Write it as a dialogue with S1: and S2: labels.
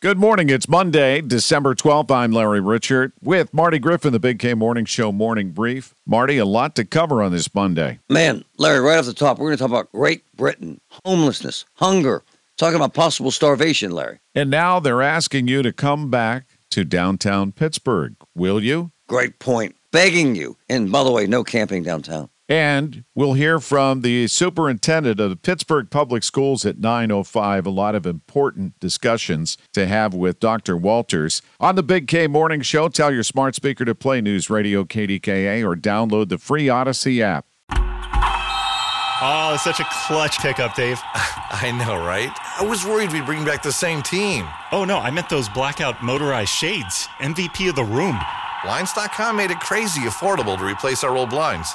S1: Good morning. It's Monday, December 12th. I'm Larry Richard with Marty Griffin, the Big K Morning Show Morning Brief. Marty, a lot to cover on this Monday.
S2: Man, Larry, right off the top, we're going to talk about Great Britain, homelessness, hunger, talking about possible starvation, Larry.
S1: And now they're asking you to come back to downtown Pittsburgh. Will you?
S2: Great point. Begging you. And by the way, no camping downtown.
S1: And we'll hear from the superintendent of the Pittsburgh Public Schools at 9:05. A lot of important discussions to have with Dr. Walters on the Big K Morning Show. Tell your smart speaker to play News Radio KDKA or download the free Odyssey app.
S3: Oh, it's such a clutch pickup, Dave.
S4: I know, right? I was worried we'd bring back the same team.
S3: Oh no, I meant those blackout motorized shades. MVP of the room.
S4: Blinds.com made it crazy affordable to replace our old blinds.